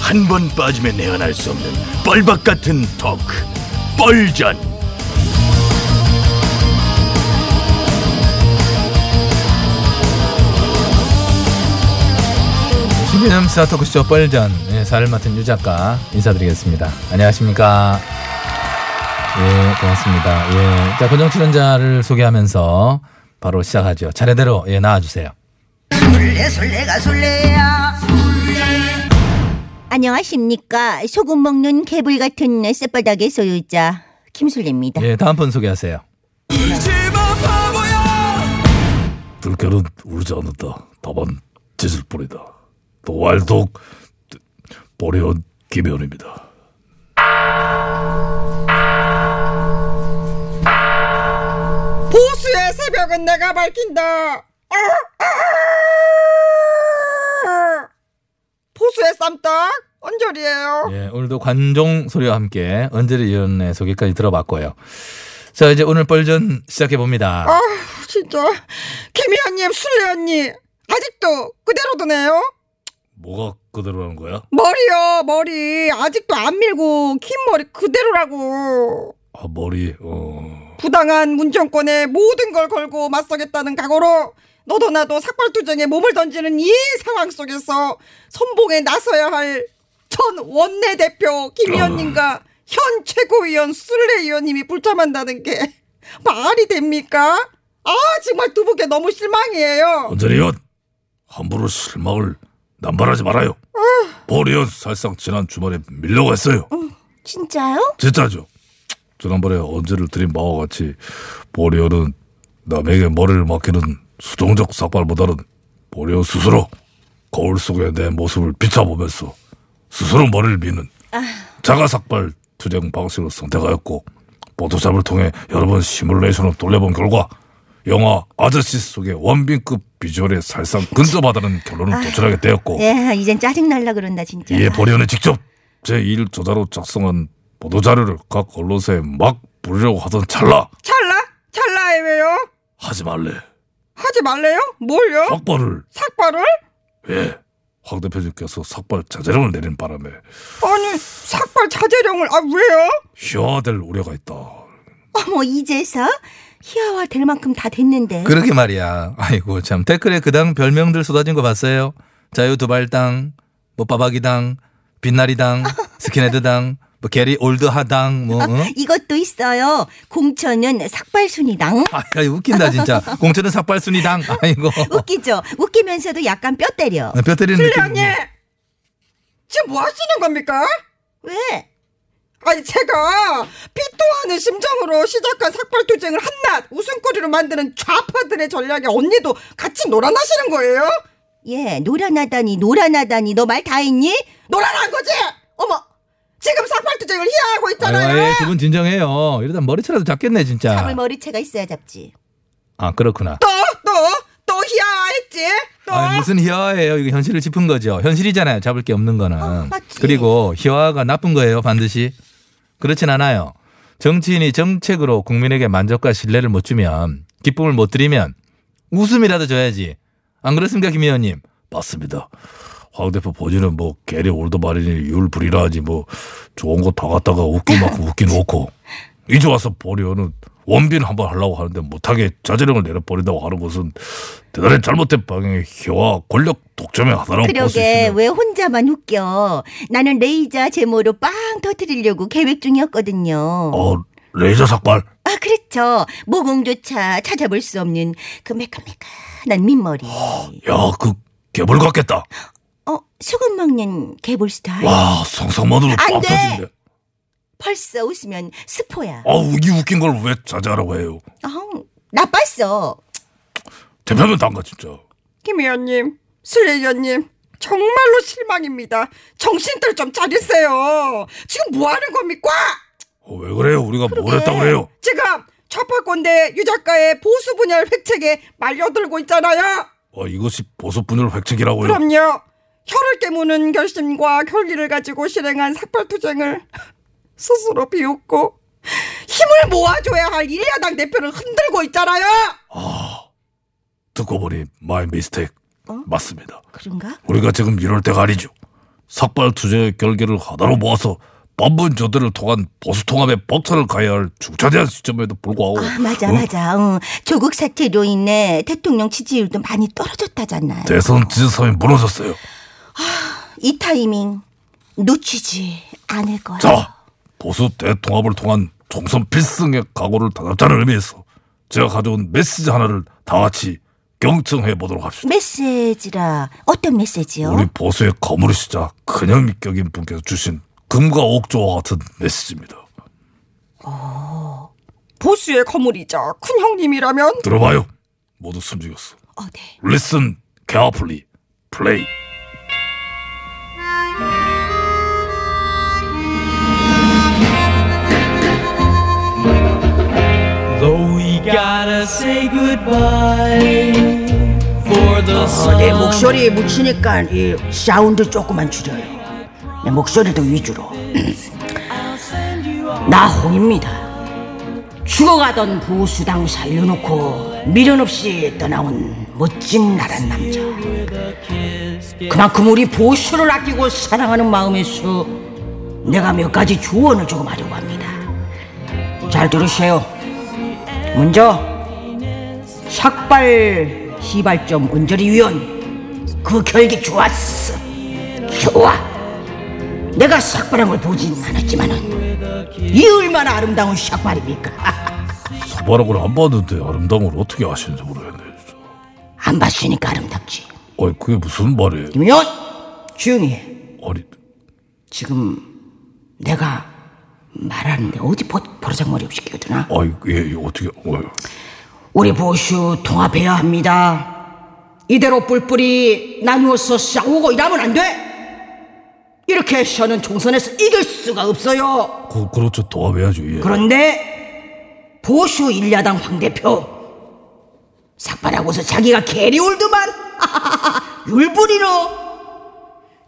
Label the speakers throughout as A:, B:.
A: 한 번 빠지면 내안할 수 없는 뻘박 같은 토크 뻘전
B: 신개념 스타 토크쇼 뻘전 사를 맡은 유 작가 인사드리겠습니다. 안녕하십니까? 예, 고맙습니다. 예, 자 고정 출연자를 소개하면서 바로 시작하죠. 차례대로 예 나와주세요.
C: 술래 술래가 술래야 안녕하십니까 소금 먹는 개불 같은 쌔바닥의 소유자 김술래입니다
B: 예, 다음 분 소개하세요.
A: 들깨는 울지 않는다 다만 짖을 뿐이다 도왈독 보리온 김현입니다
D: 보수의 새벽은 내가 밝힌다. 어? 보수의 쌈딱 언저리예요.
B: 예, 오늘도 관종 소리와 함께 언제리 위원회 소개까지 들어봤고요. 자 이제 오늘 뻘전 시작해 봅니다.
D: 아 진짜 김희 언님 술래 언니 아직도 그대로드네요.
A: 뭐가 그대로라는 거야?
D: 머리요 머리 아직도 안 밀고 긴 머리 그대로라고.
A: 아 머리 어
D: 부당한 문정권에 모든 걸 걸고 맞서겠다는 각오로 너도 나도 삭발투쟁에 몸을 던지는 이 상황 속에서 선봉에 나서야 할 전 원내대표 김 의원님과 현 최고위원 술래 의원님이 불참한다는 게 말이 됩니까? 아 정말 두 분께 너무 실망이에요.
A: 언저리온 함부로 실망을 남발하지 말아요 보리온 살상 지난 주말에 밀려갔어요
C: 진짜요?
A: 진짜죠. 지난번에 언제를 드린 바와 같이 보리오는 남에게 머리를 맡기는 수동적 삭발보다는 보리오 스스로 거울 속에 내 모습을 비춰보면서 스스로 머리를 미는 자가 삭발 투쟁 방식으로 선택하였고 보도샵을 통해 여러 번 시뮬레이션을 돌려본 결과 영화 아저씨 속의 원빈급 비주얼에 살상 근접하다는 결론을 도출하게 되었고
C: 예 이젠 짜증날라 그런다 진짜
A: 이에 보리언이 예, 직접 제1 조자로 작성한 보도 자료를 각 언론사에 막 부리려고 하던 찰나
D: 찰나 찰나에 왜요?
A: 하지 말래
D: 하지 말래요? 뭘요?
A: 삭발을
D: 삭발을?
A: 예황 대표님께서 삭발 자제령을 내린 바람에
D: 아니 삭발 자제령을 아 왜요?
A: 희화될 우려가 있다
C: 어머 이제서 희화화 될 만큼 다
D: 네.
C: 됐는데
B: 그러게 말이야. 아이고 참 댓글에 그당 별명들 쏟아진 거 봤어요. 자유 두발당, 뭐 빠박이당, 빛나리당, 스킨헤드당, 뭐 게리 올드하당, 뭐. 응?
C: 이것도 있어요 공천은 삭발순이당
B: 아, 야, 이거 웃긴다 진짜. 공천은 삭발순이당. 아이고.
C: 웃기죠 웃기면서도 약간 뼈 때려
B: 뼈 때리는
D: 어, 실례
B: 느낌.
D: 언니 지금 뭐 하시는 겁니까?
A: 네.
C: 왜?
D: 아니 제가 피토하는 심정으로 시작한 삭발투쟁을 한낱 웃음거리로 만드는 좌파들의 전략에 언니도 같이 놀아나시는 거예요?
C: 예 노란하다니 노란하다니 너 말 다 했니?
D: 놀아난 거지? 어머 지금 삭발투쟁을 희화하고 있잖아요
B: 아유, 두분 진정해요. 이러다 머리채라도 잡겠네
A: 아.
C: 잡을
B: 진짜.
C: 머리채가 있어야 잡지
B: 아 그렇구나.
D: 또 또 또 희화했지? 또
B: 아, 무슨 희화예요? 이거 현실을 짚은 거죠. 현실이잖아요. 잡을 게 없는 거는.
C: 맞지.
B: 그리고 희화가 나쁜 거예요, 반드시. 그렇진 않아요. 정치인이 정책으로 국민에게 만족과 신뢰를 못 주면, 기쁨을 못 드리면 웃음이라도 줘야지. 안 그렇습니까, 김 의원님?
A: 맞습니다 황 대표 본인은 뭐 게리 올드마린이 율불이라 하지 뭐 좋은 거 다 갖다가 웃기만큼 웃기 놓고 이제 와서 보리오는 원빈 한번 하려고 하는데 못하게 자제령을 내려버린다고 하는 것은 대단히 잘못된 방향의 희와 권력 독점에 하다라고 볼 어, 수
C: 그러게
A: 있습니다.
C: 왜 혼자만 웃겨? 나는 레이저 제모로 빵 터트리려고 계획 중이었거든요.
A: 어, 레이저 삭발.
C: 아 그렇죠. 모공조차 찾아볼 수 없는 그 매끈매끈한 민머리.
A: 야, 그 개벌 같겠다.
C: 어 수금 먹는 개볼 스타일.
A: 와, 상상만으로
C: 안
A: 빵
C: 돼!
A: 터지는데.
C: 벌써 웃으면 스포야.
A: 어우, 이 웃긴 걸 왜 자제하라고 해요?
C: 어, 나빴어.
A: 대표면 단가 진짜. 어,
D: 김 의원님, 슬 의원님, 정말로 실망입니다. 정신들 좀 차리세요. 지금 뭐 하는 겁니까?
A: 어, 왜 그래요? 우리가 뭘 했다고 그래요?
D: 지금 좌파권대 유 작가의 보수 분열 획책에 말려들고 있잖아요.
A: 어, 이것이 보수 분열 획책이라고요.
D: 그럼요. 혀를 깨무는 결심과 결기를 가지고 실행한 삭발투쟁을 스스로 비웃고 힘을 모아줘야 할 일야당 대표를 흔들고 있잖아요.
A: 듣고 보니 마이 미스테이크. 맞습니다.
C: 그런가?
A: 우리가 지금 이럴 때가 아니죠. 삭발 투쟁의 결계를 하나로 모아서 반문 조대를 통한 보수 통합의 벅차를 가야 할 중차대한 시점에도 불구하고
C: 아 맞아
A: 어?
C: 맞아. 응. 조국 사태로 인해 대통령 지지율도 많이 떨어졌다잖아요.
A: 대선 지지선이 무너졌어요.
C: 이 타이밍 놓치지 않을 거야.
A: 자, 보수 대통합을 통한 총선 필승의 각오를 다잡자는 의미에서 제가 가져온 메시지 하나를 다 같이 경청해 보도록 합시다.
C: 메시지라 어떤 메시지요?
A: 우리 보수의 거물이시자 그냥 밑격인 분께서 주신 금과 옥조와 같은 메시지입니다.
D: 보수의 거물이자 큰 형님이라면
A: 들어봐요. 모두 숨죽였어.
C: 어, 네.
A: Listen carefully. Play.
E: Though we gotta say goodbye for the
F: 내
E: sun.
F: 목소리에 묻히니까 이 사운드 조금만 줄여요. 내 목소리도 위주로. 음. 나 홍입니다. 죽어가던 보수당 살려놓고 미련 없이 떠나온 멋진 나란 남자. 그만큼 우리 보수를 아끼고 사랑하는 마음에서 내가 몇 가지 조언을 조금 하려고 합니다. 잘 들으세요. 먼저 삭발 시발점 언저리 위원 그 결기 좋았어 좋아 내가 삭발한 걸 보진 않았지만은 이 얼마나 아름다운 삭발입니까
A: 소바락을 안 봤는데 아름다운 걸 어떻게 아시는지 모르겠네. 진짜.
F: 안 봤으니까 아름답지
A: 아니 그게 무슨 말이에요?
F: 김현 조용히 해
A: 아니
F: 지금 내가 말하는데 어디 버, 버르장머리 없이 끼어드나
A: 아니 예, 예, 어떻게 어,
F: 우리 보수 통합해야 합니다. 이대로 뿔뿔이 나누어서 싸우고 이러면 안 돼. 이렇게 해서는 총선에서 이길 수가 없어요.
A: 그, 그렇죠 도와줘야죠. 예.
F: 그런데 보수 일야당 황 대표 삭발하고서 자기가 게리올드만 율부리로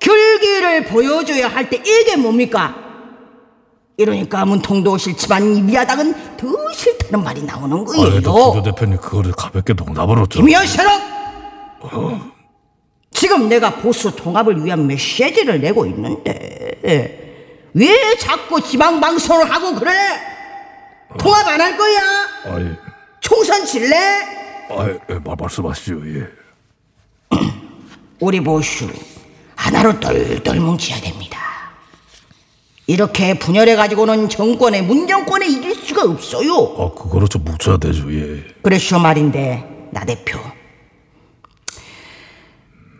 F: 결기를 보여줘야 할 때 이게 뭡니까? 이러니까 문통도 싫지만 일야당은 더 싫다는 말이 나오는 거예요.
A: 아래도 구조 대표님 그거를 가볍게 농담으로 좀
F: 김현 씨는 지금 내가 보수 통합을 위한 메시지를 내고 있는데 왜 자꾸 지방 방송을 하고 그래? 통합 안 할 거야?
A: 아예
F: 총선 질래?
A: 아예 예, 말 말씀하시죠 예.
F: 우리 보수 하나로 똘똘 뭉쳐야 됩니다. 이렇게 분열해 가지고는 정권에 문정권에 이길 수가 없어요.
A: 아 그거를 좀 뭉쳐야 되죠 예.
F: 그래서 말인데 나 대표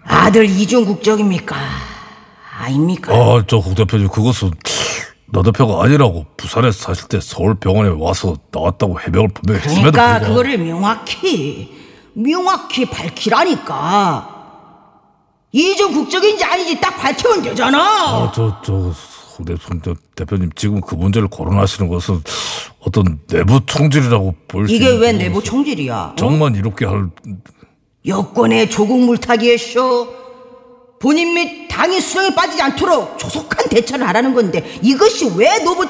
F: 아들 이중 국적입니까? 아닙니까?
A: 아저국 대표님 그것은 나 대표가 아니라고 부산에 사실 때 서울 병원에 와서 나왔다고 해명을 분명히 했음에도
F: 그러니까
A: 불구하고
F: 그거를 명확히 명확히 밝히라니까 이중 국적인지 아닌지 딱 밝히면 되잖아.
A: 아저저송 대표님 지금 그 문제를 거론하시는 것은 어떤 내부 총질이라고 볼 수
F: 이게 왜 내부 총질이야?
A: 정말 이렇게 할
F: 여권의 조국 물타기에서 본인 및 당의 수렁에 빠지지 않도록 조속한 대처를 하라는 건데 이것이 왜 노부,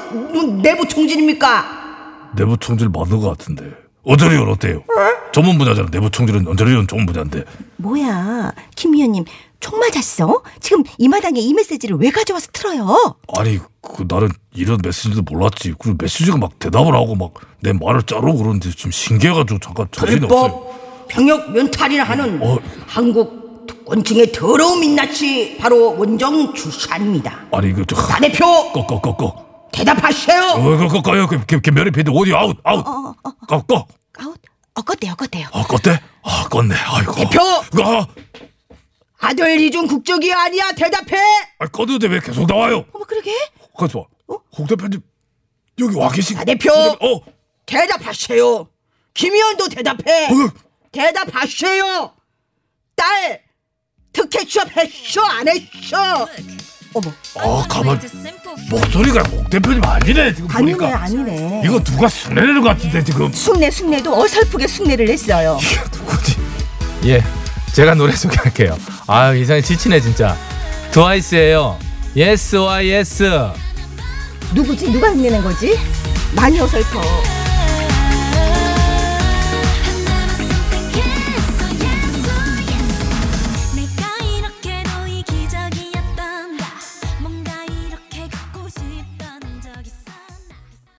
F: 내부 총질입니까?
A: 내부 총질 맞는 것 같은데 어저리는 어때요?
D: 어?
B: 전문 분야잖아. 내부 총질은 언제나 이런 좋은 분야인데.
C: 뭐야, 김 의원님 총 맞았어? 지금 이 마당에 이 메시지를 왜 가져와서 틀어요?
B: 아니 그 나는 이런 메시지도 몰랐지. 그리고 메시지가 막 대답을 하고 막 내 말을 자르고 그러는데 좀 신기해가지고 잠깐 정신이 없어요.
F: 불법 병역 면탈이라 하는
B: 어.
F: 한국 특권층의 더러운 민낯이 바로 원정 주산입니다.
B: 아니 그 저.
F: 다 대표
B: 꺼꺼꺼꺼.
F: 대답하세요.
B: 어꺼꺼꺼요. 김면이 피디 어디 아웃 아웃. 꺼꺼.
C: 아웃, 어껏대요, 어껏대요.
B: 아 껐대? 아 껐네. 아이고.
F: 대표!
B: 아,
F: 아들 이중 국적이 아니야 대답해.
B: 아 껐는데 왜 계속 나와요?
C: 어머 그러게?
B: 가서 봐. 홍대 편집 여기 와 계신.
F: 어? 아, 대표!
B: 어.
F: 대답하세요. 김 의원도 네. 대답해.
B: 어.
F: 대답하세요. 딸 특혜 취업 했쇼 안 했쇼?
B: 아 가만. 목소리가 홍대 편집 아니네 지금
C: 아니네,
B: 보니까.
C: 아니네.
B: 이거 그러니까 누가 숭례를 같은데 지금.
C: 숙내 숙내도 어설프게 숙내를 했어요.
B: 이게 누구지?
G: 예, 제가 노래 소개할게요. 아 이상해 지치네 진짜. 트와이스예요. Yes, why yes.
C: 누구지? 누가 흉내낸 거지? 많이 어설퍼.